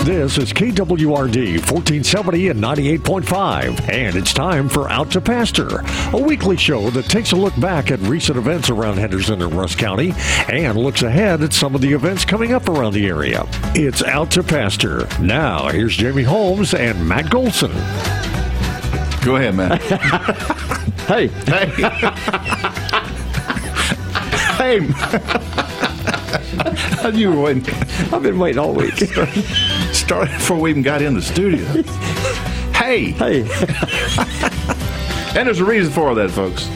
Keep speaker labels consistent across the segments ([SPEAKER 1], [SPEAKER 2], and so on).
[SPEAKER 1] This is KWRD 1470 and 98.5, and it's time for Out to Pasture, a weekly show that takes a look back at recent events around Henderson and Russ County and looks ahead at some of the events coming up around the area. It's Out to Pasture. Now, here's Jamie Holmes and Matt Golson.
[SPEAKER 2] Go ahead, Matt.
[SPEAKER 3] Hey,
[SPEAKER 2] hey. you were waiting.
[SPEAKER 3] I've been waiting all week.
[SPEAKER 2] Started before we even got in the studio. Hey,
[SPEAKER 3] hey,
[SPEAKER 2] and there's a reason for all that, folks.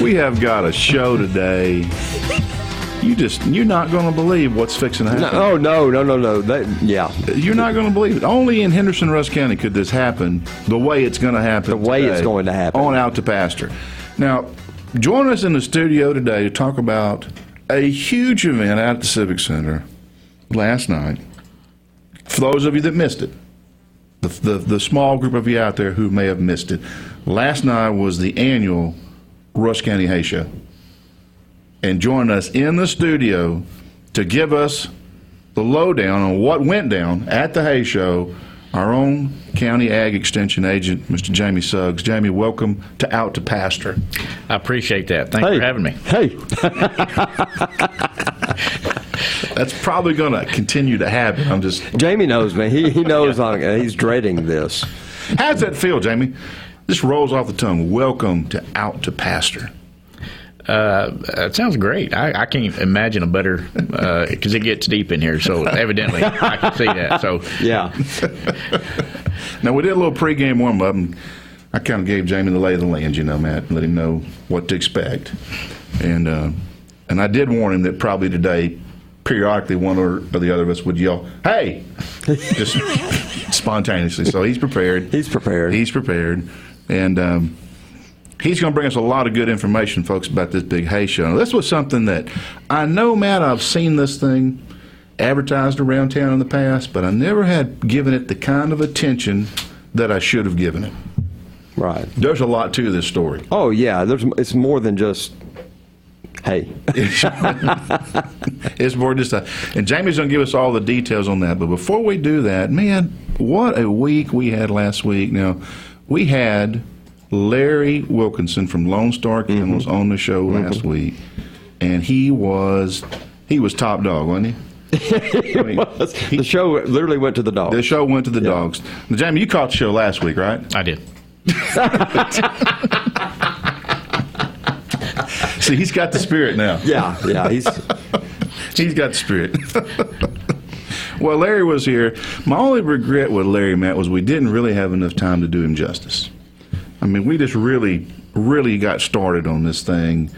[SPEAKER 2] We have got a show today. You just, you're not going to believe what's fixing to happen.
[SPEAKER 3] no, oh no, no, no, no. That, yeah,
[SPEAKER 2] You're not going to believe it. Only in Henderson Russ County could this happen the way it's going to happen. The
[SPEAKER 3] way it's going to happen.
[SPEAKER 2] On out to pasture. Now, join us in the studio today to talk about a huge event out at the Civic Center last night. For those of you that missed it, the, the, the small group of you out there who may have missed it, last night was the annual Rush County Hay Show. And join us in the studio to give us the lowdown on what went down at the Hay Show, our own county ag extension agent, Mr. Jamie Suggs. Jamie, welcome to Out to Pasture.
[SPEAKER 4] I appreciate that. Thanks
[SPEAKER 3] hey,
[SPEAKER 4] for having me.
[SPEAKER 3] Hey,
[SPEAKER 2] That's probably going to continue to happen. I'm just.
[SPEAKER 3] Jamie knows me. He he knows. I'm, uh, he's dreading this.
[SPEAKER 2] How's that feel, Jamie? This rolls off the tongue. Welcome to Out to Pasture.
[SPEAKER 4] Uh, it sounds great. I, I can't imagine a better because it gets deep in here. So evidently, I can see that. So
[SPEAKER 3] Yeah,
[SPEAKER 2] Now, we did a little pregame warm up, and I kind of gave Jamie the lay of the land, you know, Matt, let him know what to expect. And, uh, and I did warn him that probably today, periodically, one or, or the other of us would yell, Hey! Just spontaneously. So he's prepared.
[SPEAKER 3] he's prepared.
[SPEAKER 2] He's prepared, and um, he's going to bring us a lot of good information, folks, about this big hay show. Now, this was something that I know, Matt. I've seen this thing advertised around town in the past, but I never had given it the kind of attention that I should have given it.
[SPEAKER 3] right.
[SPEAKER 2] There's a lot to this story.
[SPEAKER 3] Oh yeah. There's it's more than just hey.
[SPEAKER 2] it's more just a, and Jamie's going to give us all the details on that. But before we do that, man, what a week we had last week. Now, we had Larry Wilkinson from Lone Star Kennels on the show last week, and he was he was top dog, wasn't he? I mean, he-
[SPEAKER 3] the show literally went to the dog.
[SPEAKER 2] the show went to the dogs. Now, Jamie, you caught the show last week, right?
[SPEAKER 4] I did.
[SPEAKER 2] See, he's got the spirit now.
[SPEAKER 3] yeah, yeah. He's
[SPEAKER 2] He's got spirit. well, Larry was here. My only regret with Larry, Matt, was we didn't really have enough time to do him justice. I mean, we just really, really got started on this thing.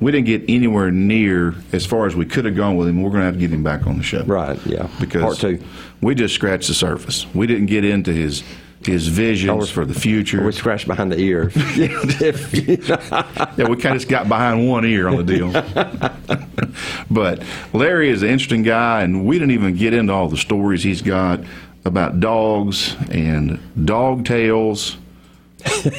[SPEAKER 2] We didn't get anywhere near as far as we could have gone with him. We're going to have to get him back on the show.
[SPEAKER 3] right. Yeah.
[SPEAKER 2] Because
[SPEAKER 3] part two.
[SPEAKER 2] we just scratched the surface. We didn't get into his his visions for the future.
[SPEAKER 3] We scratched behind the ear.
[SPEAKER 2] yeah, we kind of just got behind one ear on the deal. but Larry is an interesting guy, and we didn't even get into all the stories he's got about dogs and dog tails.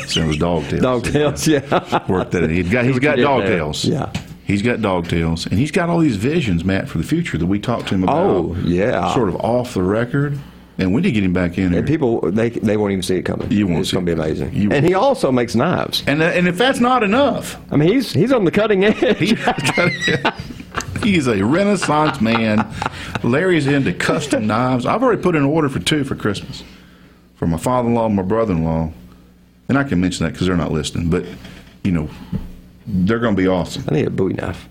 [SPEAKER 2] Sounds dog tails.
[SPEAKER 3] dog tails. Yeah.
[SPEAKER 2] Worked that in. He's got, he's got
[SPEAKER 3] did
[SPEAKER 2] dog
[SPEAKER 3] there.
[SPEAKER 2] tails.
[SPEAKER 3] Yeah.
[SPEAKER 2] He's got dog tails, and he's got all these visions, Matt, for the future that we talked to him about.
[SPEAKER 3] Oh, yeah.
[SPEAKER 2] Sort of off the record. And we need to get him back in here.
[SPEAKER 3] And people, they, they won't even see it coming.
[SPEAKER 2] You won't
[SPEAKER 3] It's
[SPEAKER 2] see
[SPEAKER 3] going to be
[SPEAKER 2] it coming.
[SPEAKER 3] amazing.
[SPEAKER 2] You
[SPEAKER 3] and
[SPEAKER 2] won't.
[SPEAKER 3] he also makes knives.
[SPEAKER 2] and, uh, and if that's not enough,
[SPEAKER 3] I mean, he's he's on the cutting edge.
[SPEAKER 2] He- He's a renaissance man. Larry's into custom knives. I've already put in an order for two for Christmas for my father in law and my brother in law. And I can mention that because they're not listening, but, you know, they're going to be awesome.
[SPEAKER 3] I need a Bowie knife.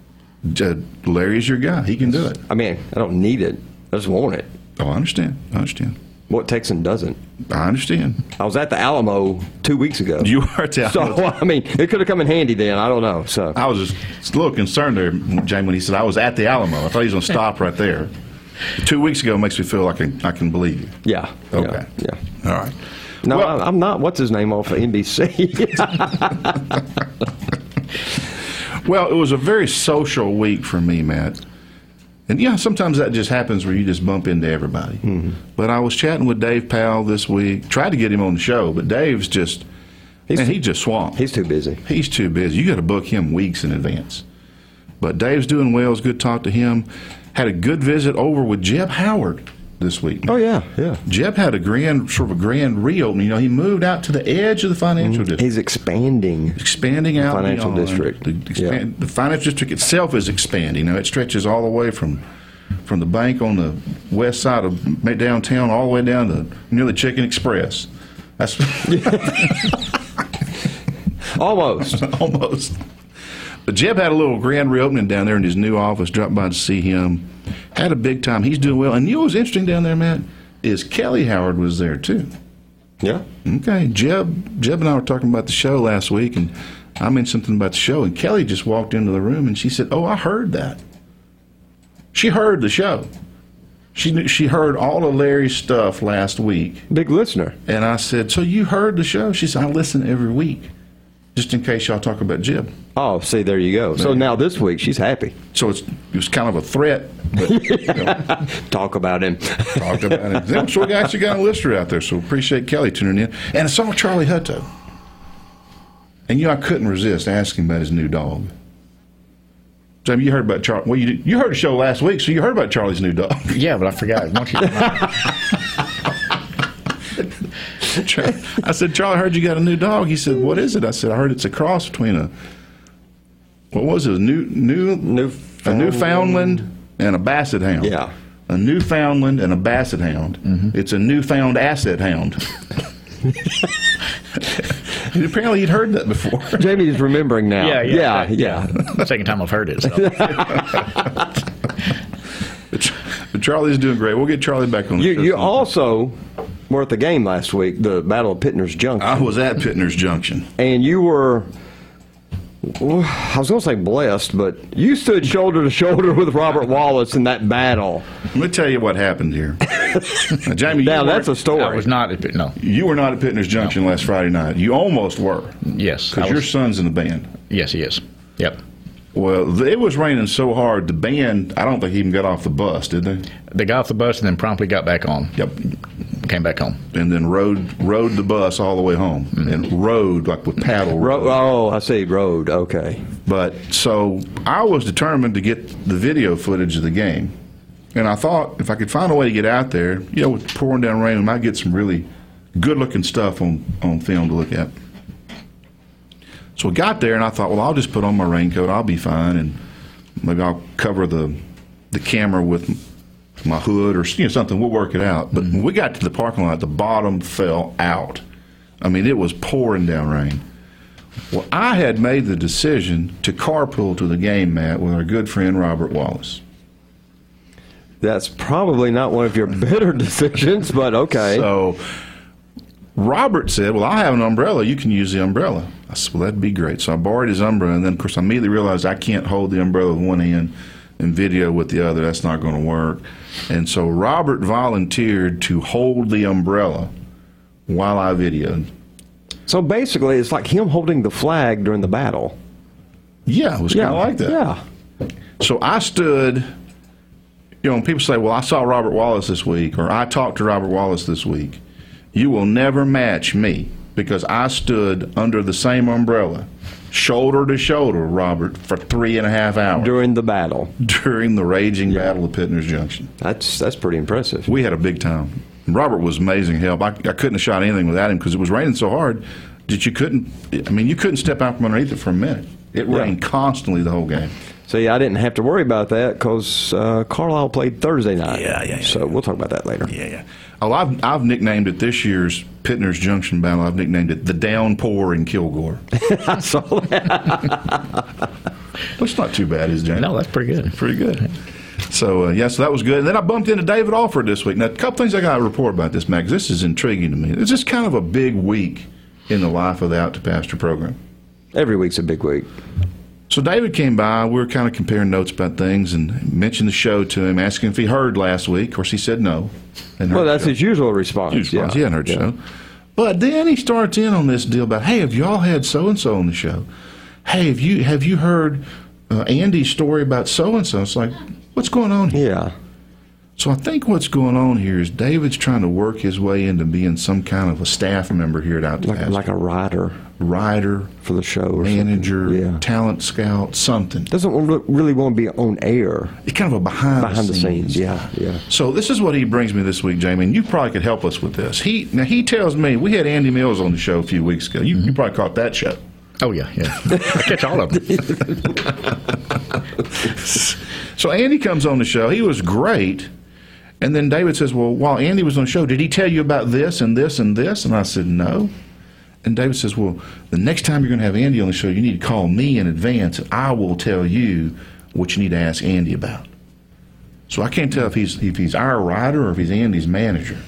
[SPEAKER 2] J- Larry's your guy. He can do it.
[SPEAKER 3] I mean, I don't need it. I just want it.
[SPEAKER 2] Oh, I understand. I understand.
[SPEAKER 3] What Texan doesn't?
[SPEAKER 2] I understand.
[SPEAKER 3] I was at the Alamo two weeks ago.
[SPEAKER 2] You are telling
[SPEAKER 3] so I mean, it could have come in handy then. I don't know. So
[SPEAKER 2] I was just a little concerned there, Jamie, when he said I was at the Alamo. I thought he was going to stop right there. Two weeks ago makes me feel like I can, I can believe you.
[SPEAKER 3] yeah. yeah,
[SPEAKER 2] Okay.
[SPEAKER 3] Yeah.
[SPEAKER 2] All right.
[SPEAKER 3] No,
[SPEAKER 2] Well-
[SPEAKER 3] I- I'm not. What's his name off of NBC?
[SPEAKER 2] Well, it was a very social week for me, Matt. And yeah, sometimes that just happens where you just bump into everybody.
[SPEAKER 3] Mm-hmm.
[SPEAKER 2] But I was chatting with Dave Powell this week, tried to get him on the show, but Dave's just,
[SPEAKER 3] He's-
[SPEAKER 2] and he just swamped.
[SPEAKER 3] he's too busy.
[SPEAKER 2] He's too busy. You got to book him weeks in advance. But Dave's doing well. It's good to talk to him. Had a good visit over with Jeb Howard. this week.
[SPEAKER 3] Oh, yeah, yeah.
[SPEAKER 2] Jeb had a grand, sort of a grand reopening. You know, he moved out to the edge of the financial district.
[SPEAKER 3] He's expanding.
[SPEAKER 2] expanding out
[SPEAKER 3] financial
[SPEAKER 2] beyond.
[SPEAKER 3] district.
[SPEAKER 2] The, expand, the financial district itself is expanding. Now it stretches all the way from from the bank on the west side of ma- downtown all the way down to near the Chicken Express. That's
[SPEAKER 3] Almost.
[SPEAKER 2] almost. But Jeb had a little grand reopening down there in his new office. Dropped by to see him. Had a big time. He's doing well. And you know what's interesting down there, Matt, is Kelly Howard was there too.
[SPEAKER 3] yeah.
[SPEAKER 2] Okay, Jeb. Jeb and I were talking about the show last week, and I mentioned something about the show, and Kelly just walked into the room and she said, "Oh, I heard that." She heard the show. She knew, she heard all of Larry's stuff last week,
[SPEAKER 3] Big listener.
[SPEAKER 2] and I said, "So you heard the show?" She said, "I listen every week, just in case y'all talk about Jeb."
[SPEAKER 3] Oh, see, there you go. So now this week, she's happy.
[SPEAKER 2] So it's it was kind of a threat, but you know,
[SPEAKER 3] Talk about him.
[SPEAKER 2] talked about it. Then, So we actually got a listener out there, so appreciate Kelly tuning in. And I saw Charlie Hutto. And you know, I couldn't resist asking about his new dog. Sam, you heard about Charlie. Well, you, you heard the show last week, so you heard about Charlie's new dog.
[SPEAKER 4] Yeah, but I forgot. Why don't you-
[SPEAKER 2] Char- I said, Charlie, I heard you got a new dog. He said, What is it? I said, I heard it's a cross between a, what was it, a new, new, a
[SPEAKER 3] Newfoundland.
[SPEAKER 2] Newfoundland and a Basset Hound.
[SPEAKER 3] Yeah. Mm-hmm.
[SPEAKER 2] A Newfoundland and a Basset Hound. It's a newfound asset hound. And apparently, he'd heard that before.
[SPEAKER 3] Jamie is remembering now.
[SPEAKER 4] Yeah, yeah,
[SPEAKER 3] yeah. yeah.
[SPEAKER 4] Second time I've heard it. So.
[SPEAKER 2] But Ch- but Charlie's doing great. We'll get Charlie back on. the
[SPEAKER 3] You,
[SPEAKER 2] show
[SPEAKER 3] you
[SPEAKER 2] sometime.
[SPEAKER 3] also were at the game last week, the Battle of Pitner's Junction,
[SPEAKER 2] I was at Pittner's Junction.
[SPEAKER 3] and you were. well, I was going to say blessed, but you stood shoulder to shoulder with Robert Wallace in that battle.
[SPEAKER 2] Let me tell you what happened here. Now, Jamie,
[SPEAKER 3] Now
[SPEAKER 2] you,
[SPEAKER 3] that's a
[SPEAKER 2] weren't-
[SPEAKER 3] story.
[SPEAKER 4] I was not. a bit- No.
[SPEAKER 2] you were not at Pittner's Junction last Friday night. You almost were.
[SPEAKER 4] Yes. I
[SPEAKER 2] Because your
[SPEAKER 4] was-
[SPEAKER 2] son's in the band.
[SPEAKER 4] yes, he is. Yep.
[SPEAKER 2] Well, th- it was raining so hard, the band, I don't think he even got off the bus, did they?
[SPEAKER 4] They got off the bus and then promptly got back on.
[SPEAKER 2] Yep.
[SPEAKER 4] Came back home.
[SPEAKER 2] And then rode rode the bus all the way home
[SPEAKER 4] Mm-hmm.
[SPEAKER 2] and rode like with paddle.
[SPEAKER 3] Ro- oh, I see. Road. Okay.
[SPEAKER 2] But so I was determined to get the video footage of the game. And I thought if I could find a way to get out there, you know, with pouring down rain, we might get some really good looking stuff on, on film to look at. So I got there and I thought, well, I'll just put on my raincoat. I'll be fine. And maybe I'll cover the, the camera with my hood or you know, something. We'll work it out. But when we got to the parking lot, the bottom fell out. I mean, it was pouring down rain. Well, I had made the decision to carpool to the game, Matt, with our good friend Robert Wallace.
[SPEAKER 3] That's probably not one of your better decisions, but okay.
[SPEAKER 2] So Robert said, Well, I have an umbrella. You can use the umbrella. I said, Well, that'd be great. So I borrowed his umbrella. And then, of course, I immediately realized I can't hold the umbrella with one hand and video with the other. That's not going to work. And so Robert volunteered to hold the umbrella while I videoed.
[SPEAKER 3] So basically, it's like him holding the flag during the battle.
[SPEAKER 2] Yeah, it was kind of like that.
[SPEAKER 3] Yeah.
[SPEAKER 2] So I stood, you know, and people say, well, I saw Robert Wallace this week, or I talked to Robert Wallace this week. You will never match me because I stood under the same umbrella, shoulder to shoulder, Robert, for three and a half hours
[SPEAKER 3] During the battle.
[SPEAKER 2] during the raging battle of Pittner's Junction.
[SPEAKER 3] That's that's pretty impressive.
[SPEAKER 2] We had a big time. Robert was amazing help. I, I couldn't have shot anything without him because it was raining so hard that you couldn't, I mean, you couldn't step out from underneath it for a minute. It
[SPEAKER 3] Yeah.
[SPEAKER 2] rained constantly the whole game.
[SPEAKER 3] See, I didn't have to worry about that because uh, Carlisle played Thursday night.
[SPEAKER 2] Yeah, yeah, yeah.
[SPEAKER 3] So we'll talk about that later.
[SPEAKER 2] Yeah, yeah. Oh, I've, I've nicknamed it this year's Pittner's Junction battle. I've nicknamed it the downpour in Kilgore.
[SPEAKER 3] I saw that.
[SPEAKER 2] That's not too bad, is it, James?
[SPEAKER 4] No, that's pretty good.
[SPEAKER 2] pretty good. So, uh, yeah, so that was good. And then I bumped into David Alford this week. Now, a couple things I got to report about this, Max. This is intriguing to me. It's just kind of a big week in the life of the Out to Pasture program.
[SPEAKER 3] Every week's a big week.
[SPEAKER 2] So David came by. We were kind of comparing notes about things and mentioned the show to him, asking if he heard last week. Of course, he said no. And
[SPEAKER 3] Well,
[SPEAKER 2] heard
[SPEAKER 3] that's
[SPEAKER 2] the show.
[SPEAKER 3] his usual response.
[SPEAKER 2] Huge response. He hadn't heard the show. But then he starts in on this deal about, hey, have y'all had so and so on the show? Hey, have you have you heard uh, Andy's story about so and so? It's like, what's going on here?
[SPEAKER 3] Yeah.
[SPEAKER 2] So I think what's going on here is David's trying to work his way into being some kind of a staff member here at Outcast.
[SPEAKER 3] Like, like a rider
[SPEAKER 2] writer,
[SPEAKER 3] for the show or something.
[SPEAKER 2] manager,
[SPEAKER 3] Yeah.
[SPEAKER 2] talent scout, something.
[SPEAKER 3] Doesn't re- really want to be on air
[SPEAKER 2] It's kind of a behind,
[SPEAKER 3] behind the scenes. Yeah, yeah.
[SPEAKER 2] So this is what he brings me this week, Jamie, and you probably could help us with this. He now he tells me we had Andy Mills on the show a few weeks ago. You, you probably caught that show.
[SPEAKER 4] Oh yeah, yeah. I catch all of them.
[SPEAKER 2] So Andy comes on the show. He was great. And then David says, Well, while Andy was on the show, did he tell you about this and this and this? And I said, No. And David says, Well, the next time you're going to have Andy on the show, you need to call me in advance. And I will tell you what you need to ask Andy about. So I can't tell if he's, if he's our writer or if he's Andy's manager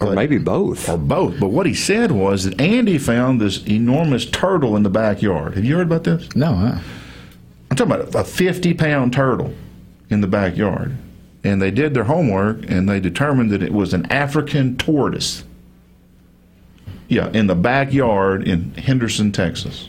[SPEAKER 3] Or maybe both.
[SPEAKER 2] or both. But what he said was that Andy found this enormous turtle in the backyard. Have you heard about this?
[SPEAKER 4] No, uh,
[SPEAKER 2] I'm talking about a 50 pound turtle in the backyard. And they did their homework and they determined that it was an African tortoise. Yeah, in the backyard in Henderson, Texas.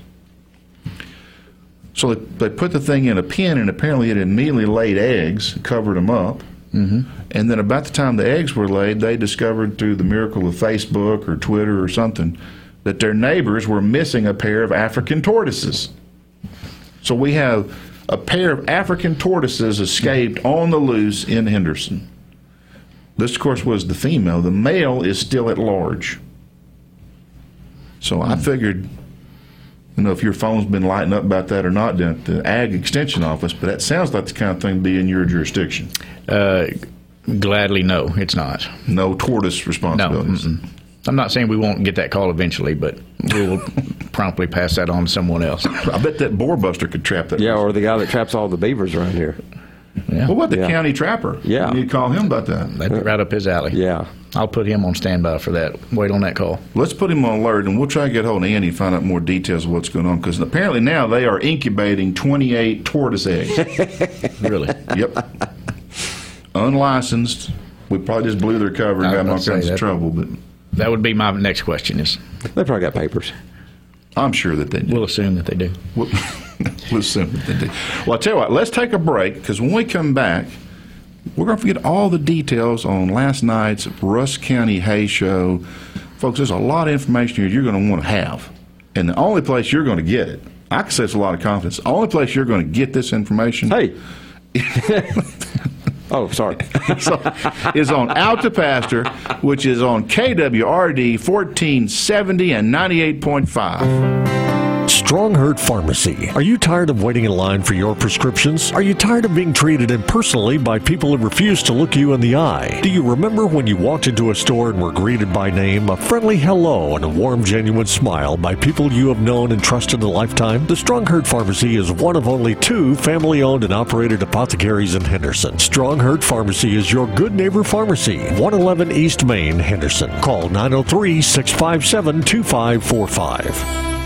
[SPEAKER 2] So they, they put the thing in a pen and apparently it immediately laid eggs, covered them up. And then about the time the eggs were laid, they discovered through the miracle of Facebook or Twitter or something that their neighbors were missing a pair of African tortoises. So we have a pair of African tortoises escaped on the loose in Henderson. This, of course, was the female. The male is still at large. So
[SPEAKER 3] Hmm.
[SPEAKER 2] I figured, you know, if your phone's been lighting up about that or not down at the Ag Extension Office, but that sounds like the kind of thing to be in your jurisdiction.
[SPEAKER 4] uh, gladly no, it's not.
[SPEAKER 2] No tortoise
[SPEAKER 4] No,
[SPEAKER 2] responsibilities.
[SPEAKER 4] mm-mm. I'm not saying we won't get that call eventually, but we will promptly pass that on to someone else.
[SPEAKER 2] I bet that boar buster could trap that.
[SPEAKER 3] Yeah, or the guy that traps all the beavers around here.
[SPEAKER 2] What about the
[SPEAKER 3] Yeah.
[SPEAKER 2] county trapper?
[SPEAKER 3] Yeah.
[SPEAKER 2] You need to call him about that.
[SPEAKER 4] That'd be right up his alley.
[SPEAKER 3] Yeah.
[SPEAKER 4] I'll put him on standby for that. Wait on that call.
[SPEAKER 2] Let's put him on alert, and we'll try to get hold of Andy and find out more details of what's going on. Because apparently now they are incubating 28 tortoise eggs.
[SPEAKER 4] Really?
[SPEAKER 2] yep, unlicensed. We probably just blew their cover and
[SPEAKER 4] I
[SPEAKER 2] got
[SPEAKER 4] was
[SPEAKER 2] in all
[SPEAKER 4] about to
[SPEAKER 2] kinds
[SPEAKER 4] say
[SPEAKER 2] of
[SPEAKER 4] that.
[SPEAKER 2] trouble, but
[SPEAKER 4] that would be my next question is
[SPEAKER 3] They probably got papers.
[SPEAKER 2] I'm sure that they did.
[SPEAKER 4] we'll assume that they do.
[SPEAKER 2] We'll, we'll assume that they did. Well, I tell you what. Let's take a break because when we come back, we're going to forget all the details on last night's Russ County Hay Show, folks. There's a lot of information here you're going to want to have, and the only place you're going to get it. I can say it's a lot of confidence. The only place you're going to get this information
[SPEAKER 3] Hey. oh, sorry.
[SPEAKER 2] is on- is on Out to Pasture, which is on KWRD 1470 and 98.5.
[SPEAKER 1] Stronghurt Pharmacy. Are you tired of waiting in line for your prescriptions? Are you tired of being treated impersonally by people who refuse to look you in the eye? Do you remember when you walked into a store and were greeted by name, a friendly hello, and a warm, genuine smile by people you have known and trusted a lifetime? The Stronghurt Pharmacy is one of only two family owned and operated apothecaries in Henderson. Stronghurt Pharmacy is your good neighbor pharmacy, 111 East Main, Henderson. Call 903 657 2545.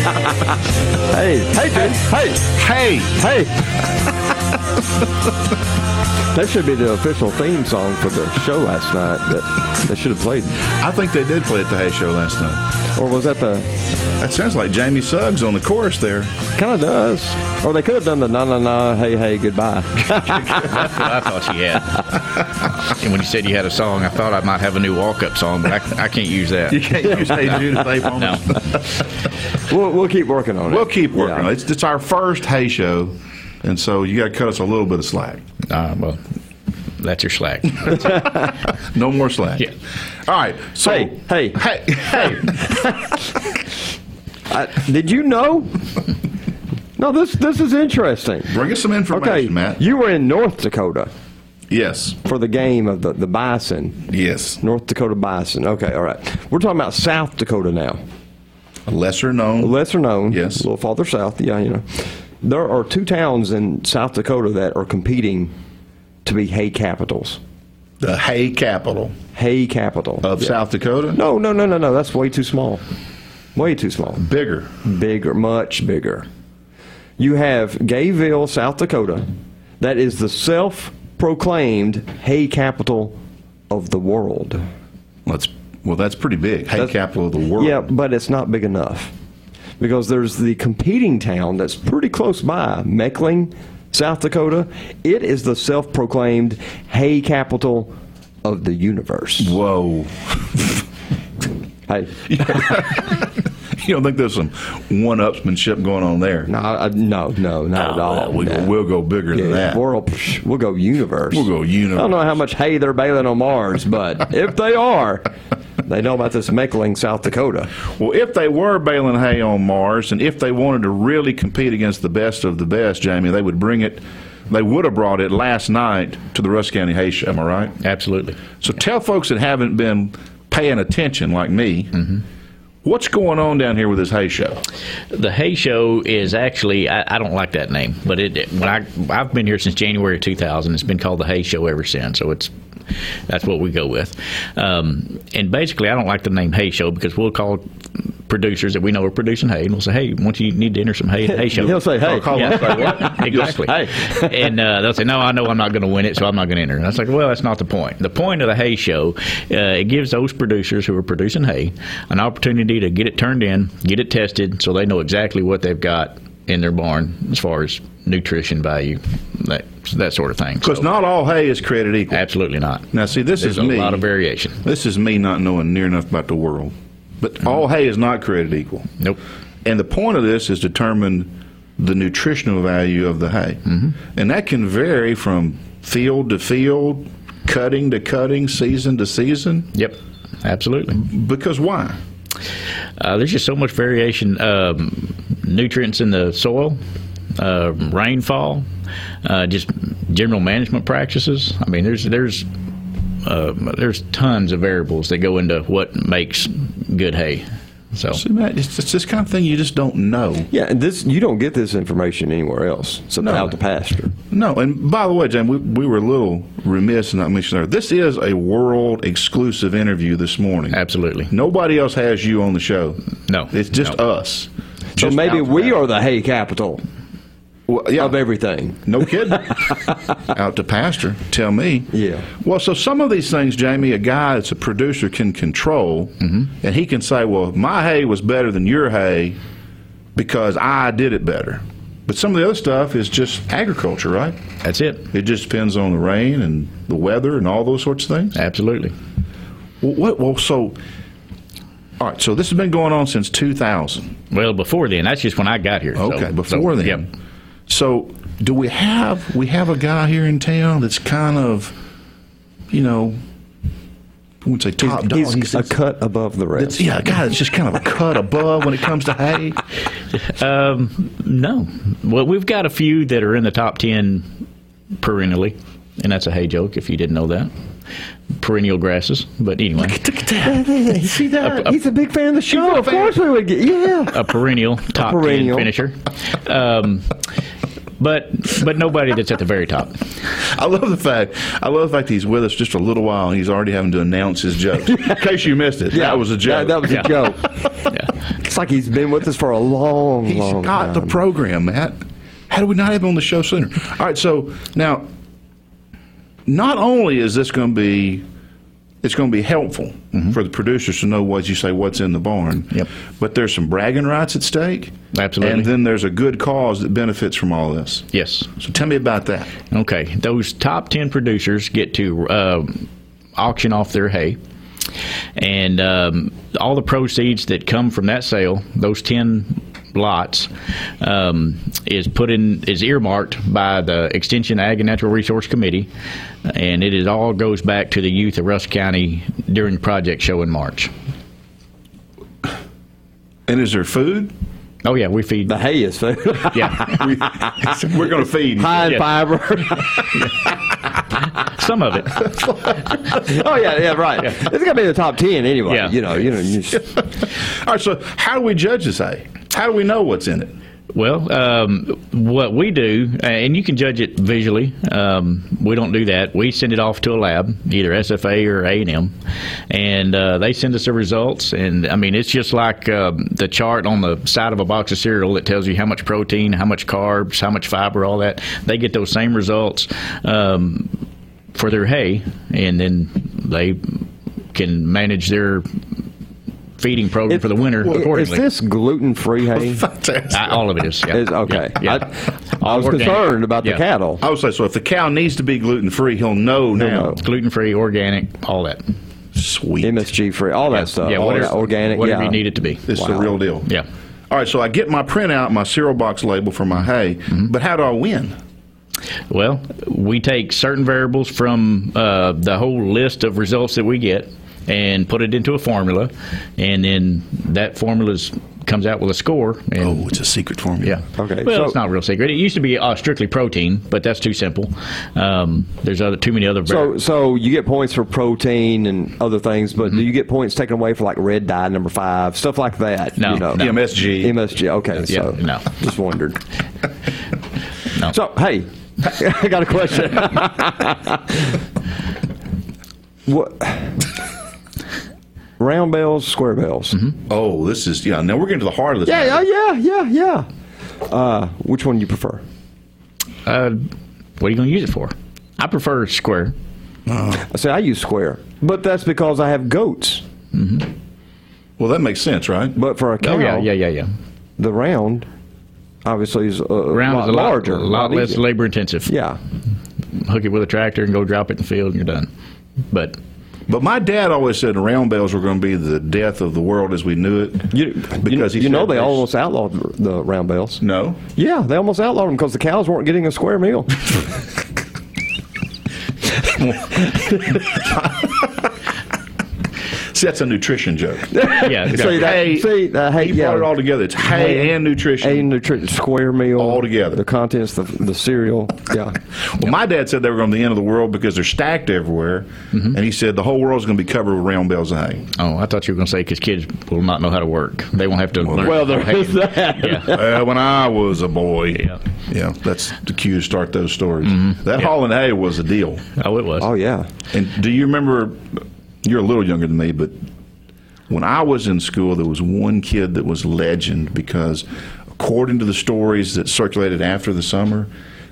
[SPEAKER 3] Hey, hey, dude. Hey,
[SPEAKER 2] Hey!
[SPEAKER 3] hey. that should be the official theme song for the show last night that they should have played.
[SPEAKER 2] I think they did play at the Hay Show last night.
[SPEAKER 3] Or was that the.
[SPEAKER 2] That sounds like Jamie Suggs on the chorus there.
[SPEAKER 3] Kind of does. Or they could have done the na na na, hey, hey, goodbye.
[SPEAKER 4] I thought you had. and when you said you had a song, I thought I might have a new walk-up song, but I, I can't use that.
[SPEAKER 2] You can't use Hey Jude if they want
[SPEAKER 4] No.
[SPEAKER 2] us.
[SPEAKER 3] We'll, we'll keep working on it.
[SPEAKER 2] We'll keep working.
[SPEAKER 3] Yeah.
[SPEAKER 2] on it. It's, it's our first Hay Show, and so you got to cut us a little bit of slack.
[SPEAKER 4] Uh, well, that's your slack.
[SPEAKER 2] No more slack.
[SPEAKER 4] Yeah.
[SPEAKER 2] All right. So
[SPEAKER 3] Hey, hey.
[SPEAKER 2] hey, hey.
[SPEAKER 3] I, did you know? no, this this is interesting.
[SPEAKER 2] Bring us some information,
[SPEAKER 3] Okay,
[SPEAKER 2] Matt.
[SPEAKER 3] you were in North Dakota
[SPEAKER 2] yes,
[SPEAKER 3] for the game of the, the Bison,
[SPEAKER 2] yes.
[SPEAKER 3] North Dakota Bison. Okay, all right. We're talking about South Dakota now.
[SPEAKER 2] Lesser known.
[SPEAKER 3] Lesser known,
[SPEAKER 2] Yes.
[SPEAKER 3] a little farther south. Yeah, you know. there are two towns in South Dakota that are competing to be hay capitals.
[SPEAKER 2] The hay capital
[SPEAKER 3] Hay capital.
[SPEAKER 2] of
[SPEAKER 3] Yeah.
[SPEAKER 2] South Dakota.
[SPEAKER 3] No, no, no, no, no. That's way too small. Way too small.
[SPEAKER 2] Bigger.
[SPEAKER 3] Bigger, much bigger. You have Gayville, South Dakota, that is the self proclaimed hay capital of the world.
[SPEAKER 2] Let's. Well, that's pretty big. Hay
[SPEAKER 3] That's-
[SPEAKER 2] capital of the world.
[SPEAKER 3] Yeah, but it's not big enough because there's the competing town that's pretty close by, Meckling, South Dakota. It is the self proclaimed hay capital of the universe.
[SPEAKER 2] Whoa.
[SPEAKER 3] Hey,
[SPEAKER 2] You don't think there's some one-upsmanship going on there?
[SPEAKER 3] no, I- no, no, not at all.
[SPEAKER 2] We,
[SPEAKER 3] No.
[SPEAKER 2] Oh, We'll go bigger
[SPEAKER 3] Yeah,
[SPEAKER 2] than that.
[SPEAKER 3] World, psh, we'll go universe.
[SPEAKER 2] We'll go universe.
[SPEAKER 3] I don't know how much hay they're baling on Mars, but if they are, they know about this Meckling, South Dakota.
[SPEAKER 2] Well, if they were baling hay on Mars, and if they wanted to really compete against the best of the best, Jamie, they would bring it. They would have brought it last night to the Russ County Hay Show. Am I right?
[SPEAKER 4] Absolutely.
[SPEAKER 2] So tell folks that haven't been paying attention, like me,
[SPEAKER 4] Mm-hmm.
[SPEAKER 2] what's going on down here with this hay show?
[SPEAKER 4] The Hay Show is actually I, I don't like that name, but it it- when I I've been here since January of 2000. It's been called the Hay Show ever since, so it's that's what we go with. Um, and basically, I don't like the name Hay Show because we'll call producers that we know are producing hay, and we'll say, "Hey, won't you need to enter some hay at the Hay Show?"
[SPEAKER 3] He'll say, hey.
[SPEAKER 4] Yeah. exactly.
[SPEAKER 3] Hey.
[SPEAKER 4] and uh, they'll say, "No, I know I'm not going to win it, so I'm not going to enter." And I was like, "Well, that's not the point. The point of the hay show, uh, it gives those producers who are producing hay an opportunity to get it turned in, get it tested, so they know exactly what they've got in their barn as far as nutrition value, that that sort of thing."
[SPEAKER 2] Because
[SPEAKER 4] So,
[SPEAKER 2] not all hay is created equal.
[SPEAKER 4] absolutely not.
[SPEAKER 2] Now, see, this is
[SPEAKER 4] There's a
[SPEAKER 2] me.
[SPEAKER 4] lot of variation.
[SPEAKER 2] This is me not knowing near enough about the world. But
[SPEAKER 4] Mm-hmm.
[SPEAKER 2] all hay is not created equal.
[SPEAKER 4] Nope.
[SPEAKER 2] And the point of this is determine the nutritional value of the hay. And that can vary from field to field, cutting to cutting, season to season.
[SPEAKER 4] Yep. Absolutely.
[SPEAKER 2] Because why?
[SPEAKER 4] Uh, there's just so much variation, um, nutrients in the soil, uh, rainfall, uh, just general management practices. I mean, there's there's uh, there's tons of variables that go into what makes good hay. So
[SPEAKER 2] See, Matt, it's, it's this kind of thing you just don't know.
[SPEAKER 3] Yeah, and this you don't get this information anywhere else. It's
[SPEAKER 2] No.
[SPEAKER 3] out the pasture.
[SPEAKER 2] No, and by the way, Jim, we, we were a little remiss in not mentioning that. This is a world exclusive interview this morning.
[SPEAKER 4] absolutely,
[SPEAKER 2] Nobody else has you on the show.
[SPEAKER 4] No.
[SPEAKER 2] It's just
[SPEAKER 4] No.
[SPEAKER 2] us.
[SPEAKER 3] So
[SPEAKER 2] Just
[SPEAKER 3] maybe
[SPEAKER 2] out
[SPEAKER 3] we
[SPEAKER 2] there.
[SPEAKER 3] are the hay capital
[SPEAKER 2] Well, yeah.
[SPEAKER 3] of everything.
[SPEAKER 2] No kidding. Out to pasture. Tell me.
[SPEAKER 3] Yeah.
[SPEAKER 2] Well, so some of these things, Jamie, a guy that's a producer can control, and he can say, "Well, my hay was better than your hay because I did it better." But some of the other stuff is just agriculture, right?
[SPEAKER 4] that's it.
[SPEAKER 2] It just depends on the rain and the weather and all those sorts of things.
[SPEAKER 4] Absolutely.
[SPEAKER 2] Well, what? Well, so. All right, so this has been going on since 2000.
[SPEAKER 4] Well, before then, that's just when I got here. so-
[SPEAKER 2] Okay,
[SPEAKER 4] so,
[SPEAKER 2] before then.
[SPEAKER 4] Yep.
[SPEAKER 2] So, do we have we have a guy here in town that's kind of, you know, I wouldn't say top dog.
[SPEAKER 3] He's,
[SPEAKER 2] he's-
[SPEAKER 3] a cut above the
[SPEAKER 2] that's-
[SPEAKER 3] rest.
[SPEAKER 2] yeah, a guy that's just kind of a cut above when it comes to hay.
[SPEAKER 4] Um, no. Well, we've got a few that are in the top 10 perennially, and that's a hay joke if you didn't know that. Perennial grasses, but anyway,
[SPEAKER 3] See that? He's a big fan of the show. Of course we would get. Yeah.
[SPEAKER 4] a perennial top
[SPEAKER 3] perennial.
[SPEAKER 4] 10 finisher. Um, but but nobody that's at the very top.
[SPEAKER 2] I love the fact I love the fact he's with us just a little while and he's already having to announce his jokes. In case you missed it, that was a
[SPEAKER 3] Yeah,
[SPEAKER 2] joke.
[SPEAKER 3] that was
[SPEAKER 4] Yeah.
[SPEAKER 3] a joke.
[SPEAKER 4] Yeah.
[SPEAKER 3] It's like he's been with us for a long,
[SPEAKER 2] he's
[SPEAKER 3] long
[SPEAKER 2] got
[SPEAKER 3] time.
[SPEAKER 2] the program, Matt. How do we not have him on the show sooner? All right, so now, not only is this going to be it's going to be helpful for the producers to know what you say what's in the barn.
[SPEAKER 4] Yep.
[SPEAKER 2] But there's some bragging rights at stake.
[SPEAKER 4] Absolutely.
[SPEAKER 2] And then there's a good cause that benefits from all this.
[SPEAKER 4] Yes.
[SPEAKER 2] So tell me about that.
[SPEAKER 4] Okay, those top 10 producers get to uh, auction off their hay. And um, all the proceeds that come from that sale, those 10 lots, um, is put in, is earmarked by the Extension Ag and Natural Resource Committee. And it is all goes back to the youth of Russ County during Project Show in March.
[SPEAKER 2] And is there food?
[SPEAKER 4] Oh, yeah, we feed.
[SPEAKER 3] The hay is food.
[SPEAKER 4] Yeah,
[SPEAKER 2] We, we're going to feed.
[SPEAKER 3] High in
[SPEAKER 4] Yeah.
[SPEAKER 3] fiber.
[SPEAKER 4] some of it.
[SPEAKER 3] oh yeah, yeah, right. It's gonna be the top ten anyway.
[SPEAKER 4] Yeah.
[SPEAKER 3] You know, you know. You just,
[SPEAKER 2] All right, so how do we judge this hay? How do we know what's in it?
[SPEAKER 4] Well, um, what we do, and you can judge it visually. Um, we don't do that. We send it off to a lab, either SFA or A and M, uh, and they send us the results. And I mean, it's just like um, the chart on the side of a box of cereal that tells you how much protein, how much carbs, how much fiber, all that. They get those same results um, for their hay, and then they can manage their feeding program
[SPEAKER 3] It-
[SPEAKER 4] for the winter
[SPEAKER 3] I- Is
[SPEAKER 4] accordingly.
[SPEAKER 3] this gluten free hay?
[SPEAKER 2] Fantastic.
[SPEAKER 4] I- all of it is. Yeah.
[SPEAKER 3] Is- okay.
[SPEAKER 4] Yeah.
[SPEAKER 3] I- I,
[SPEAKER 4] All
[SPEAKER 3] was
[SPEAKER 4] organic.
[SPEAKER 3] concerned about the
[SPEAKER 4] Yeah.
[SPEAKER 3] cattle.
[SPEAKER 2] I would say so. If the cow needs to be gluten free, he'll know now.
[SPEAKER 3] know.
[SPEAKER 4] Gluten free, organic, all that.
[SPEAKER 2] Sweet.
[SPEAKER 3] MSG free, all that stuff.
[SPEAKER 4] Yeah,
[SPEAKER 3] uh, all
[SPEAKER 4] whatever,
[SPEAKER 3] that organic.
[SPEAKER 4] whatever
[SPEAKER 3] yeah.
[SPEAKER 4] you need it to be.
[SPEAKER 2] It's the
[SPEAKER 3] Wow.
[SPEAKER 2] real deal.
[SPEAKER 4] Yeah.
[SPEAKER 2] All right, so I get my printout, my cereal box label for my hay,
[SPEAKER 3] Mm-hmm.
[SPEAKER 2] but how do I win?
[SPEAKER 4] Well, we take certain variables from uh, the whole list of results that we get and put it into a formula, and then that formula is- comes out with a score. And
[SPEAKER 2] Oh, it's a secret formula.
[SPEAKER 4] Yeah.
[SPEAKER 3] Okay,
[SPEAKER 4] Well,
[SPEAKER 3] so-
[SPEAKER 4] it's not real secret. It used to be uh, strictly protein, but that's too simple. Um, there's other too many other.
[SPEAKER 3] So,
[SPEAKER 4] variables.
[SPEAKER 3] so you get points for protein and other things, but
[SPEAKER 4] Mm-hmm.
[SPEAKER 3] do you get points taken away for like red dye number five, stuff like that?
[SPEAKER 4] No,
[SPEAKER 3] you know?
[SPEAKER 4] no.
[SPEAKER 2] MSG.
[SPEAKER 3] MSG. Okay,
[SPEAKER 4] Yeah,
[SPEAKER 3] so
[SPEAKER 4] no.
[SPEAKER 3] just wondered.
[SPEAKER 4] No.
[SPEAKER 3] So, hey, I got a question. what? Round bells, square bells.
[SPEAKER 4] Mm-hmm.
[SPEAKER 2] Oh, this is yeah. Now we're getting to the heart of this.
[SPEAKER 3] Yeah,
[SPEAKER 2] matter.
[SPEAKER 3] yeah, yeah, yeah, yeah. Uh, which one do you prefer?
[SPEAKER 4] uh, what are you going to use it for? I prefer square.
[SPEAKER 3] I say I use square, but that's because I have goats.
[SPEAKER 2] Well, that makes sense, right?
[SPEAKER 3] But for a cow,
[SPEAKER 4] Oh yeah, yeah, yeah, yeah.
[SPEAKER 3] the round obviously is a
[SPEAKER 4] Round
[SPEAKER 3] lot
[SPEAKER 4] is a lot
[SPEAKER 3] larger,
[SPEAKER 4] a lot less
[SPEAKER 3] easier.
[SPEAKER 4] labor intensive.
[SPEAKER 3] Yeah.
[SPEAKER 4] hook it with a tractor and go drop it in the field and you're done. But
[SPEAKER 2] But my dad always said round bells were going to be the death of the world as we knew it.
[SPEAKER 3] You,
[SPEAKER 2] Because
[SPEAKER 3] you,
[SPEAKER 2] he
[SPEAKER 3] you know
[SPEAKER 2] said
[SPEAKER 3] they
[SPEAKER 2] there's-
[SPEAKER 3] almost outlawed the round bells.
[SPEAKER 2] No.
[SPEAKER 3] Yeah, they almost outlawed them because the cows weren't getting a square meal.
[SPEAKER 2] See, that's a nutrition joke.
[SPEAKER 4] yeah,
[SPEAKER 3] See that?
[SPEAKER 2] Hey,
[SPEAKER 3] see, uh, hey,
[SPEAKER 2] he
[SPEAKER 3] yeah,
[SPEAKER 2] brought it all together. It's hay and nutrition.
[SPEAKER 3] A nutrition square meal
[SPEAKER 2] All together.
[SPEAKER 3] The contents, the the cereal. Yeah.
[SPEAKER 2] Well, my dad said they were going to be the end of the world because they're stacked everywhere,
[SPEAKER 3] Mm-hmm.
[SPEAKER 2] and he said the whole world's going to be covered with round bells and hay.
[SPEAKER 4] oh, I thought you were going to say because kids will not know how to work. They won't have to learn.
[SPEAKER 3] well, there
[SPEAKER 4] Hey,
[SPEAKER 3] is that.
[SPEAKER 4] Yeah.
[SPEAKER 2] uh, when I was a boy,
[SPEAKER 4] Yeah. Mm-hmm.
[SPEAKER 2] yeah, that's the cue to start those stories. That hauling hay was a deal.
[SPEAKER 4] Oh, it was.
[SPEAKER 3] Oh yeah.
[SPEAKER 2] And do you remember? You're a little younger than me, but when I was in school, there was one kid that was legend because, according to the stories that circulated after the summer,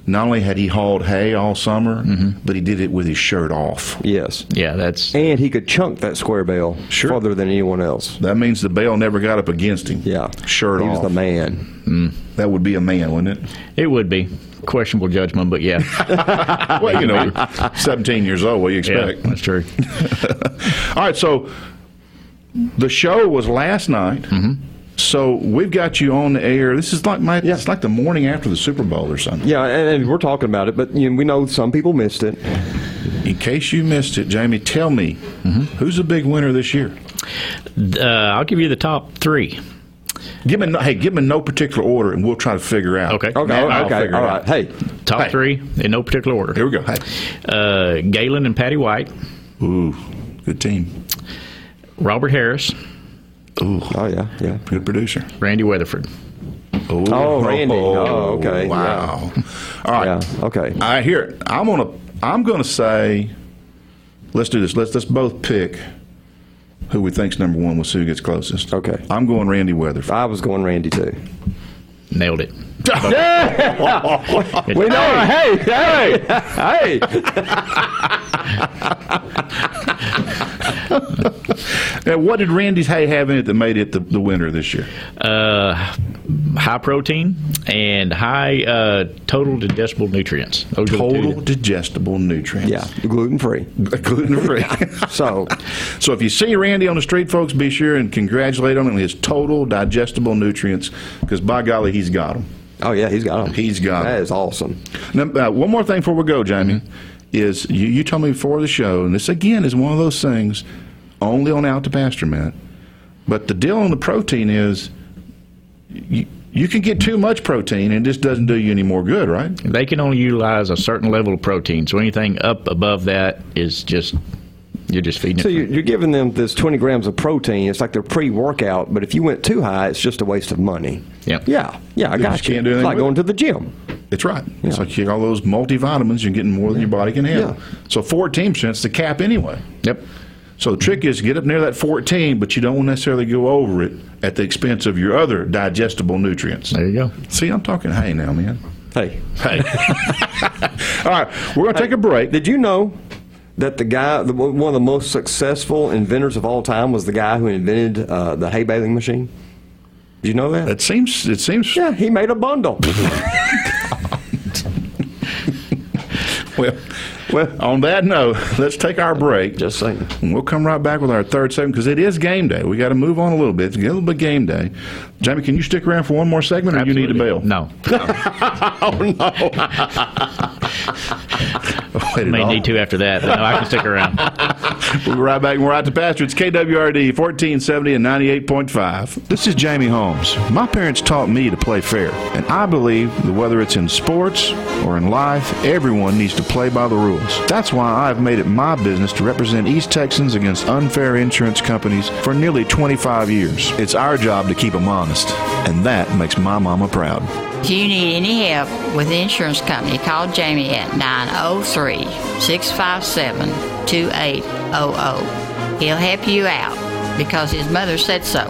[SPEAKER 2] not only had he hauled hay all summer,
[SPEAKER 4] Mm-hmm.
[SPEAKER 2] but he did it with his shirt off.
[SPEAKER 3] Yes.
[SPEAKER 4] Yeah, that's
[SPEAKER 3] And he could chunk that square bell
[SPEAKER 2] Sure.
[SPEAKER 3] further than anyone else.
[SPEAKER 2] That means the bell never got up against him.
[SPEAKER 3] Yeah.
[SPEAKER 2] shirt
[SPEAKER 3] he
[SPEAKER 2] off.
[SPEAKER 3] was the man.
[SPEAKER 2] That would be a man, wouldn't it?
[SPEAKER 4] it would be questionable judgment, but yeah,
[SPEAKER 2] well, you know, you're 17 years old. What do you
[SPEAKER 4] yeah,
[SPEAKER 2] expect?
[SPEAKER 4] that's true.
[SPEAKER 2] All right, so the show was last night. So we've got you on the air. This is like my. It's like the morning after the Super Bowl or something.
[SPEAKER 3] Yeah, and, and we're talking about it, but you know, we know some people missed it.
[SPEAKER 2] In case you missed it, Jamie, tell me who's the big winner this year.
[SPEAKER 4] Uh, I'll give you the top three.
[SPEAKER 2] Give me no, hey, give me no particular order, and we'll try to figure out.
[SPEAKER 4] Okay.
[SPEAKER 3] Okay,
[SPEAKER 2] Man, I'll
[SPEAKER 3] okay,
[SPEAKER 2] figure
[SPEAKER 3] all
[SPEAKER 2] it
[SPEAKER 3] right.
[SPEAKER 2] out.
[SPEAKER 3] Hey,
[SPEAKER 4] Top
[SPEAKER 2] Hey.
[SPEAKER 4] three in no particular
[SPEAKER 2] Here
[SPEAKER 4] order.
[SPEAKER 2] we go. Hey,
[SPEAKER 4] Uh, Galen and Patty White,
[SPEAKER 2] ooh, good team.
[SPEAKER 4] Robert Harris,
[SPEAKER 2] Ooh,
[SPEAKER 3] oh yeah, yeah.
[SPEAKER 2] good producer.
[SPEAKER 4] Randy Weatherford.
[SPEAKER 2] Ooh.
[SPEAKER 3] Oh, Randy. Oh, okay.
[SPEAKER 2] Wow. All right.
[SPEAKER 3] Yeah. Okay.
[SPEAKER 2] I hear it. I'm gonna I'm gonna say let's do this. Let's let's both pick who we think's number one. We'll see who gets closest.
[SPEAKER 3] Okay.
[SPEAKER 2] I'm going Randy Weatherford.
[SPEAKER 3] I was going Randy too.
[SPEAKER 4] Nailed it.
[SPEAKER 3] We know. Hey, hey, hey.
[SPEAKER 2] Now, what did Randy's hay have in it that made it the, the winner this year?
[SPEAKER 4] Uh, high protein and high uh, total digestible nutrients. Those are the two
[SPEAKER 2] Total
[SPEAKER 4] that-
[SPEAKER 2] digestible nutrients.
[SPEAKER 3] Yeah, gluten free.
[SPEAKER 2] Gluten free.
[SPEAKER 3] So,
[SPEAKER 2] so if you see Randy on the street, folks, be sure and congratulate him on his total digestible nutrients because by golly, he's got them.
[SPEAKER 3] oh yeah, he's got them.
[SPEAKER 2] He's got 'em.
[SPEAKER 3] That is awesome.
[SPEAKER 2] Now, uh, one more thing before we go, Jamie, is you, you told me before the show, and this again is one of those things only on Out to Pasture, Matt. But the deal on the protein is you, you can get too much protein and it just doesn't do you any more good, right?
[SPEAKER 4] They can only utilize a certain level of protein, so anything up above that is just You're just feeding
[SPEAKER 3] So
[SPEAKER 4] it.
[SPEAKER 3] you're, you're giving them this 20 grams of protein. It's like their pre-workout, but if you went too high, it's just a waste of money.
[SPEAKER 4] Yep.
[SPEAKER 3] Yeah. Yeah, I
[SPEAKER 2] They
[SPEAKER 3] got
[SPEAKER 2] just
[SPEAKER 3] you.
[SPEAKER 2] can't do
[SPEAKER 3] it's
[SPEAKER 2] anything
[SPEAKER 3] like
[SPEAKER 2] with
[SPEAKER 3] going
[SPEAKER 2] it.
[SPEAKER 3] to the gym.
[SPEAKER 2] It's right. It's
[SPEAKER 3] Yeah.
[SPEAKER 2] like you get all those multivitamins, you're getting more than your body can handle.
[SPEAKER 3] Yeah.
[SPEAKER 2] So 14 percent's the cap anyway.
[SPEAKER 4] yep.
[SPEAKER 2] So the trick is to get up near that 14, but you don't necessarily go over it at the expense of your other digestible nutrients.
[SPEAKER 4] There you go.
[SPEAKER 2] See, I'm talking hey now, man.
[SPEAKER 3] Hey,
[SPEAKER 2] Hey. all right, we're going to take a break.
[SPEAKER 3] did you know that the guy, the, one of the most successful inventors of all time, was the guy who invented uh, the hay baling machine? Did you know that?
[SPEAKER 2] It seems. It seems.
[SPEAKER 3] yeah, he made a bundle.
[SPEAKER 2] Well,
[SPEAKER 3] well,
[SPEAKER 2] on that note, let's take our break.
[SPEAKER 3] just saying.
[SPEAKER 2] And we'll come right back with our third segment because it is game day. We got to move on a little bit. It's a little bit game day. Jamie, can you stick around for one more segment, or you need a bail?
[SPEAKER 4] No.
[SPEAKER 2] Wait, it
[SPEAKER 4] May
[SPEAKER 2] all-
[SPEAKER 4] need to after that. but No, I can stick around.
[SPEAKER 2] We'll be right back. and We're out to pasture. It's KWRD 1470 and 98.5. This is Jamie Holmes. My parents taught me to play fair, and I believe that whether it's in sports or in life, everyone needs to play by the rules. That's why I've made it my business to represent East Texans against unfair insurance companies for nearly 25 years. It's our job to keep them honest, and that makes my mama proud.
[SPEAKER 5] If you need any help with the insurance company, call Jamie at 903 657 2800. He'll help you out because his mother said so.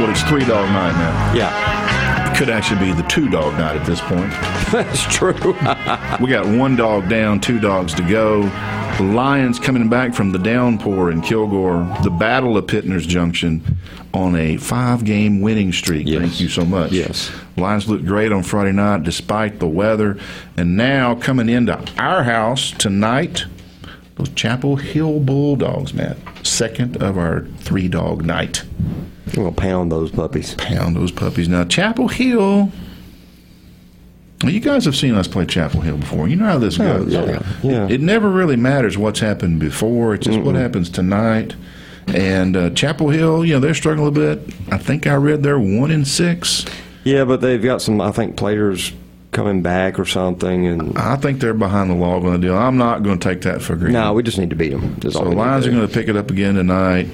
[SPEAKER 2] Well, it's three dog night now.
[SPEAKER 3] Yeah,
[SPEAKER 2] It could actually be the two dog night at this point.
[SPEAKER 3] that's true.
[SPEAKER 2] We got one dog down, two dogs to go. The Lions coming back from the downpour in Kilgore, the Battle of Pittner's Junction, on a five game winning streak.
[SPEAKER 3] Yes.
[SPEAKER 2] Thank you so much.
[SPEAKER 3] Yes.
[SPEAKER 2] Lions looked great on Friday night despite the weather. And now coming into our house tonight, those Chapel Hill Bulldogs, Matt. Second of our three dog night.
[SPEAKER 3] We'll pound those puppies.
[SPEAKER 2] Pound those puppies. Now, Chapel Hill. Well, You guys have seen us play Chapel Hill before. You know how this
[SPEAKER 3] Oh,
[SPEAKER 2] goes.
[SPEAKER 3] yeah, yeah.
[SPEAKER 2] It never really matters what's happened before. It's just what happens tonight. And uh, Chapel Hill, you know, they're struggling a bit. I think I read they're one in six.
[SPEAKER 3] Yeah, but they've got some, I think, players coming back or something. And
[SPEAKER 2] I think they're behind the log on the deal. I'm not going to take that for granted.
[SPEAKER 3] no, we just need to beat them. That's
[SPEAKER 2] So
[SPEAKER 3] all
[SPEAKER 2] the
[SPEAKER 3] we need
[SPEAKER 2] Lions
[SPEAKER 3] to
[SPEAKER 2] are
[SPEAKER 3] do.
[SPEAKER 2] going to pick it up again tonight.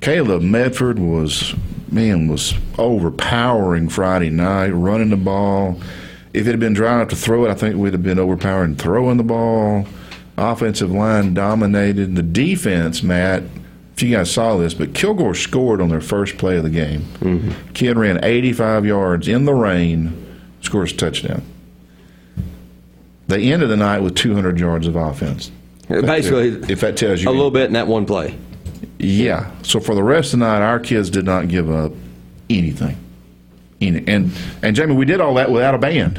[SPEAKER 2] Caleb Medford was man was overpowering Friday night, running the ball. If it had been dry enough to throw it, I think we'd have been overpowering throwing the ball. Offensive line dominated the defense. Matt, if you guys saw this, but Kilgore scored on their first play of the game. Kid ran 85 yards in the rain, scores a touchdown. They ended the night with 200 yards of offense.
[SPEAKER 3] Basically,
[SPEAKER 2] if that tells you
[SPEAKER 3] a little bit in that one play.
[SPEAKER 2] yeah. So for the rest of the night, our kids did not give up anything. Any- And and Jamie, we did all that without a band,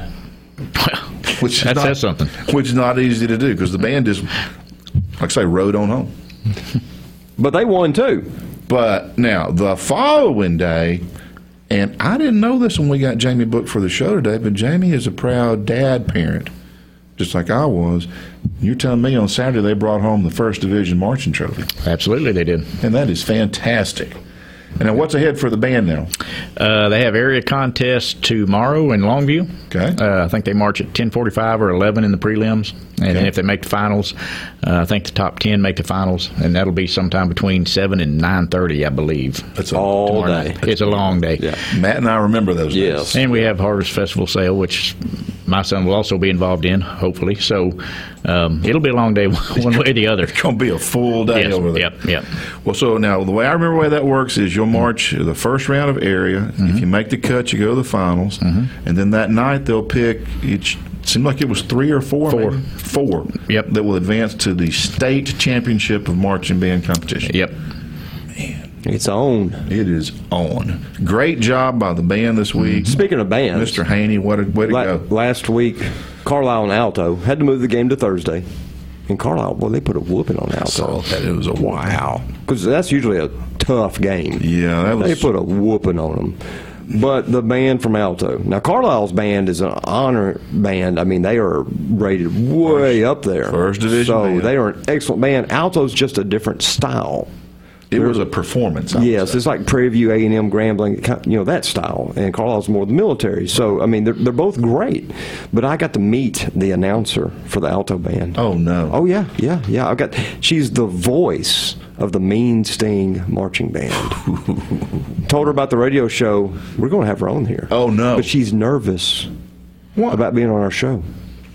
[SPEAKER 2] which is
[SPEAKER 4] That
[SPEAKER 2] not,
[SPEAKER 4] says something.
[SPEAKER 2] Which is not easy to do because the band just, like I say, rode on home.
[SPEAKER 3] But they won too.
[SPEAKER 2] But now the following day, and I didn't know this when we got Jamie booked for the show today, but Jamie is a proud dad parent, just like I was. You're telling me on Saturday they brought home the first division marching trophy,
[SPEAKER 4] Absolutely, they did.
[SPEAKER 2] and that is fantastic. And now what's ahead for the band now?
[SPEAKER 4] Uh, they have area contest tomorrow in Longview.
[SPEAKER 2] Okay.
[SPEAKER 4] Uh, I think they march at 10:45 or 11 in the prelims, and then if they make the finals, uh, I think the top 10 make the finals, and that'll be sometime between 7 and 9:30, I believe.
[SPEAKER 2] That's
[SPEAKER 3] All
[SPEAKER 4] Tomorrow
[SPEAKER 3] day.
[SPEAKER 4] night. It's a long day.
[SPEAKER 3] Yeah.
[SPEAKER 2] Matt and I remember those
[SPEAKER 3] Yes.
[SPEAKER 2] days.
[SPEAKER 4] And we have Harvest Festival sale, which my son will also be involved in, hopefully. So um, it'll be a long day, one way or the other.
[SPEAKER 2] It's going to be a full day
[SPEAKER 4] Yes,
[SPEAKER 2] over there.
[SPEAKER 4] yep, yep.
[SPEAKER 2] Well, so now the way I remember the way that works is you'll march the first round of area.
[SPEAKER 3] Mm-hmm.
[SPEAKER 2] If you make the cut, you go to the finals. And then that night they'll pick, it seemed like it was three or four.
[SPEAKER 4] Four.
[SPEAKER 2] maybe? Four.
[SPEAKER 4] Yep.
[SPEAKER 2] That will advance to the state championship of marching band competition.
[SPEAKER 4] Yep.
[SPEAKER 3] It's on.
[SPEAKER 2] It is on. Great job by the band
[SPEAKER 3] Mm-hmm.
[SPEAKER 2] this week.
[SPEAKER 3] Speaking of bands,
[SPEAKER 2] Mr. Haney, what a way to
[SPEAKER 3] la-
[SPEAKER 2] go.
[SPEAKER 3] last week, Carlisle and Alto had to move the game to Thursday in Carlisle, boy, they put a whooping on
[SPEAKER 2] I saw
[SPEAKER 3] Alto
[SPEAKER 2] that. It was a wow.
[SPEAKER 3] because that's usually a tough game.
[SPEAKER 2] Yeah, that was.
[SPEAKER 3] They put a whooping on them. But the band from Alto. Now, Carlisle's band is an honor band. I mean, they are rated way up there.
[SPEAKER 2] first division
[SPEAKER 3] So
[SPEAKER 2] band.
[SPEAKER 3] they are an excellent band. Alto's just a different style.
[SPEAKER 2] it was a performance. I would
[SPEAKER 3] Yes,
[SPEAKER 2] say.
[SPEAKER 3] it's like Prairie View, A and M, Grambling, ki- you know that style. And Carlisle's more the military. So I mean, they're they're both great. But I got to meet the announcer for the alto band.
[SPEAKER 2] Oh no.
[SPEAKER 3] Oh yeah, yeah, yeah. I've got. She's the voice of the Mean Sting marching band. Told her about the radio show. We're going to have her on here.
[SPEAKER 2] Oh, no.
[SPEAKER 3] But she's nervous
[SPEAKER 2] What?
[SPEAKER 3] about being on our show.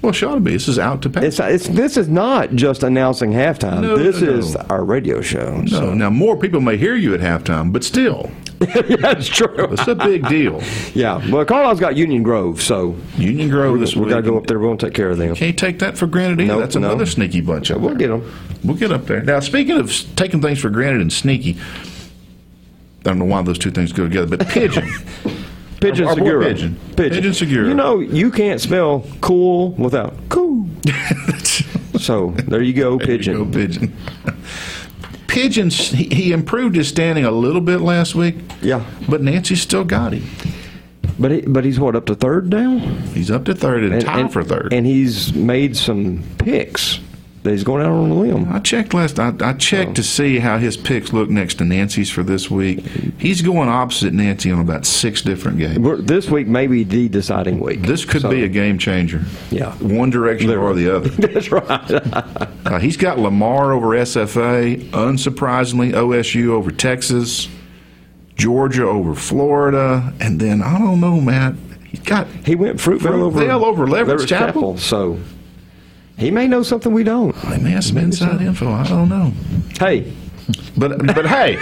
[SPEAKER 2] well, she ought to be. This is out to pass.
[SPEAKER 3] It's, it's this is not just announcing halftime.
[SPEAKER 2] No,
[SPEAKER 3] this
[SPEAKER 2] no, no.
[SPEAKER 3] is our radio show.
[SPEAKER 2] No, now more people may hear you at halftime, but still,
[SPEAKER 3] that's true.
[SPEAKER 2] it's a big deal.
[SPEAKER 3] Yeah. Well, Carlisle's got Union Grove, so
[SPEAKER 2] Union Grove this
[SPEAKER 3] we
[SPEAKER 2] week.
[SPEAKER 3] got to go up there. We're going to take care of them.
[SPEAKER 2] Can't take that for granted either.
[SPEAKER 3] Nope,
[SPEAKER 2] That's
[SPEAKER 3] no.
[SPEAKER 2] another sneaky bunch. Up
[SPEAKER 3] We'll
[SPEAKER 2] there.
[SPEAKER 3] get 'em.
[SPEAKER 2] We'll get up there. Now, speaking of s- taking things for granted and sneaky, I don't know why those two things go together, but pigeon.
[SPEAKER 3] Pigeon
[SPEAKER 2] Our boy
[SPEAKER 3] Segura.
[SPEAKER 2] Pigeon. Pigeon Segura.
[SPEAKER 3] You know, you can't spell cool without cool. So there you go,
[SPEAKER 2] There you go,
[SPEAKER 3] pigeon.
[SPEAKER 2] pigeon. Pigeon. s- He, he improved his standing a little bit last week.
[SPEAKER 3] Yeah.
[SPEAKER 2] but Nancy still got him.
[SPEAKER 3] But he, but he's what up to third now,
[SPEAKER 2] He's up to third and, tied for third.
[SPEAKER 3] and he's made some picks that he's going out on a limb.
[SPEAKER 2] I checked last. I, I checked
[SPEAKER 3] Oh.
[SPEAKER 2] to see how his picks look next to Nancy's for this week. He's going opposite Nancy on about six different games.
[SPEAKER 3] We're, this week may be the deciding week.
[SPEAKER 2] This could be a game changer.
[SPEAKER 3] Yeah.
[SPEAKER 2] one direction or the other.
[SPEAKER 3] That's right.
[SPEAKER 2] Uh, he's got Lamar over SFA. Unsurprisingly, OSU over Texas, Georgia over Florida, and then I don't know, Matt. He's got
[SPEAKER 3] He went Fruitvale over
[SPEAKER 2] Fruitvale over Leverage Chapel.
[SPEAKER 3] so he may know something we don't.
[SPEAKER 2] I may have some inside info. I don't know,
[SPEAKER 3] Hey,
[SPEAKER 2] but but hey,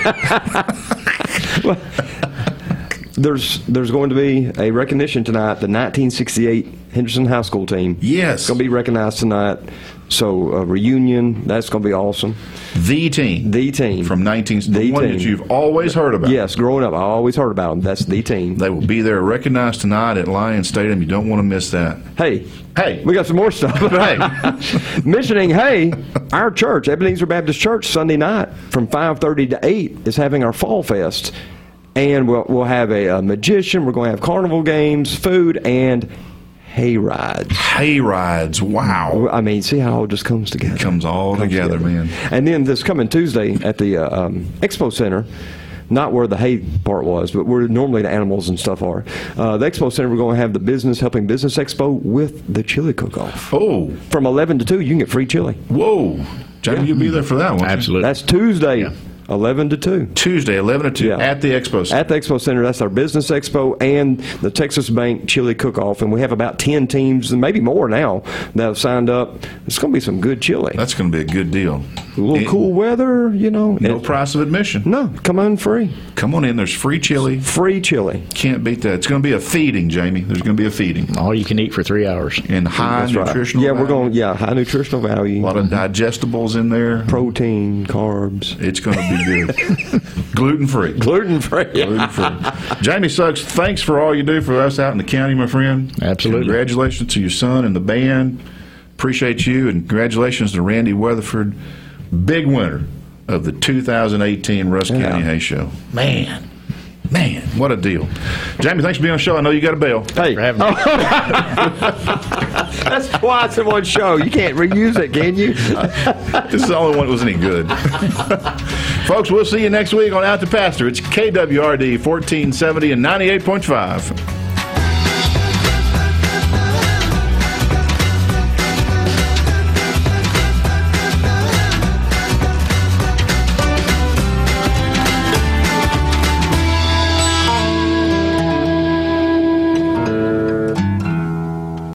[SPEAKER 3] there's there's going to be a recognition tonight. The 1968 Henderson High School team.
[SPEAKER 2] Yes.
[SPEAKER 3] going to be recognized tonight. So a reunion. That's going to be awesome.
[SPEAKER 2] the team
[SPEAKER 3] The team
[SPEAKER 2] from nineteen, the,
[SPEAKER 3] The
[SPEAKER 2] one that
[SPEAKER 3] team.
[SPEAKER 2] you've always heard about.
[SPEAKER 3] Yes, growing up, I always heard about them. That's the team.
[SPEAKER 2] They will be there recognized tonight at Lion Stadium. You don't want to miss that.
[SPEAKER 3] Hey,
[SPEAKER 2] Hey.
[SPEAKER 3] we got some more stuff.
[SPEAKER 2] Hey,
[SPEAKER 3] Mentioning, hey, our church, Ebenezer Baptist Church, Sunday night from five thirty to eight is having our fall fest, and we'll we'll have a, uh magician. We're going to have carnival games, food, and hay rides.
[SPEAKER 2] hay rides. Wow.
[SPEAKER 3] I mean, see how it all just comes together.
[SPEAKER 2] Comes all together, man.
[SPEAKER 3] And then this coming Tuesday at the uh, um, Expo Center, not where the hay part was, but where normally the animals and stuff are. Uh, the Expo Center, we're going to have the Business Helping Business Expo with the chili cook-off.
[SPEAKER 2] Oh,
[SPEAKER 3] From 11 to 2, you can get free chili.
[SPEAKER 2] whoa. Jamie, you'll
[SPEAKER 3] Mm-hmm.
[SPEAKER 2] be there for that one.
[SPEAKER 4] Absolutely.
[SPEAKER 3] That's Tuesday, 11 to 2.
[SPEAKER 2] Tuesday, 11 to 2
[SPEAKER 3] Yeah.
[SPEAKER 2] at the Expo Center.
[SPEAKER 3] At the Expo Center, that's our Business Expo and the Texas Bank Chili Cook-Off, and we have about 10 teams, and maybe more now, that have signed up. It's going to be some good chili.
[SPEAKER 2] That's going to be a good deal.
[SPEAKER 3] A little
[SPEAKER 2] And
[SPEAKER 3] cool weather, you know.
[SPEAKER 2] No
[SPEAKER 3] It-
[SPEAKER 2] price of admission.
[SPEAKER 3] No, come on free.
[SPEAKER 2] Come on in. There's free chili.
[SPEAKER 3] Free chili.
[SPEAKER 2] Can't beat that. It's going to be a feeding, Jamie. There's going to be a feeding.
[SPEAKER 4] All you can eat for three hours.
[SPEAKER 2] And high
[SPEAKER 3] That's right.
[SPEAKER 2] nutritional.
[SPEAKER 3] Yeah, we're
[SPEAKER 2] value.
[SPEAKER 3] going. Yeah, high nutritional value,
[SPEAKER 2] A lot of digestibles in there.
[SPEAKER 3] protein, carbs,
[SPEAKER 2] It's going to be good. Gluten free.
[SPEAKER 3] gluten free.
[SPEAKER 2] Gluten free. Jamie Suggs, thanks for all you do for us out in the county, my friend.
[SPEAKER 4] Absolutely.
[SPEAKER 2] Congratulations to your son and the band. Appreciate you, and congratulations to Randy Weatherford, big winner of the 2018 Russ County Hay Show. Man, man, what a deal! Jamie, thanks for being on the show. I know you got a bell.
[SPEAKER 3] Hey,
[SPEAKER 4] For having me.
[SPEAKER 3] that's why it's in one show. You can't reuse it, can you?
[SPEAKER 2] Uh, This is the only one that was any good. Folks, we'll see you next week on Out to Pasture. It's KWRD 1470 and 98.5.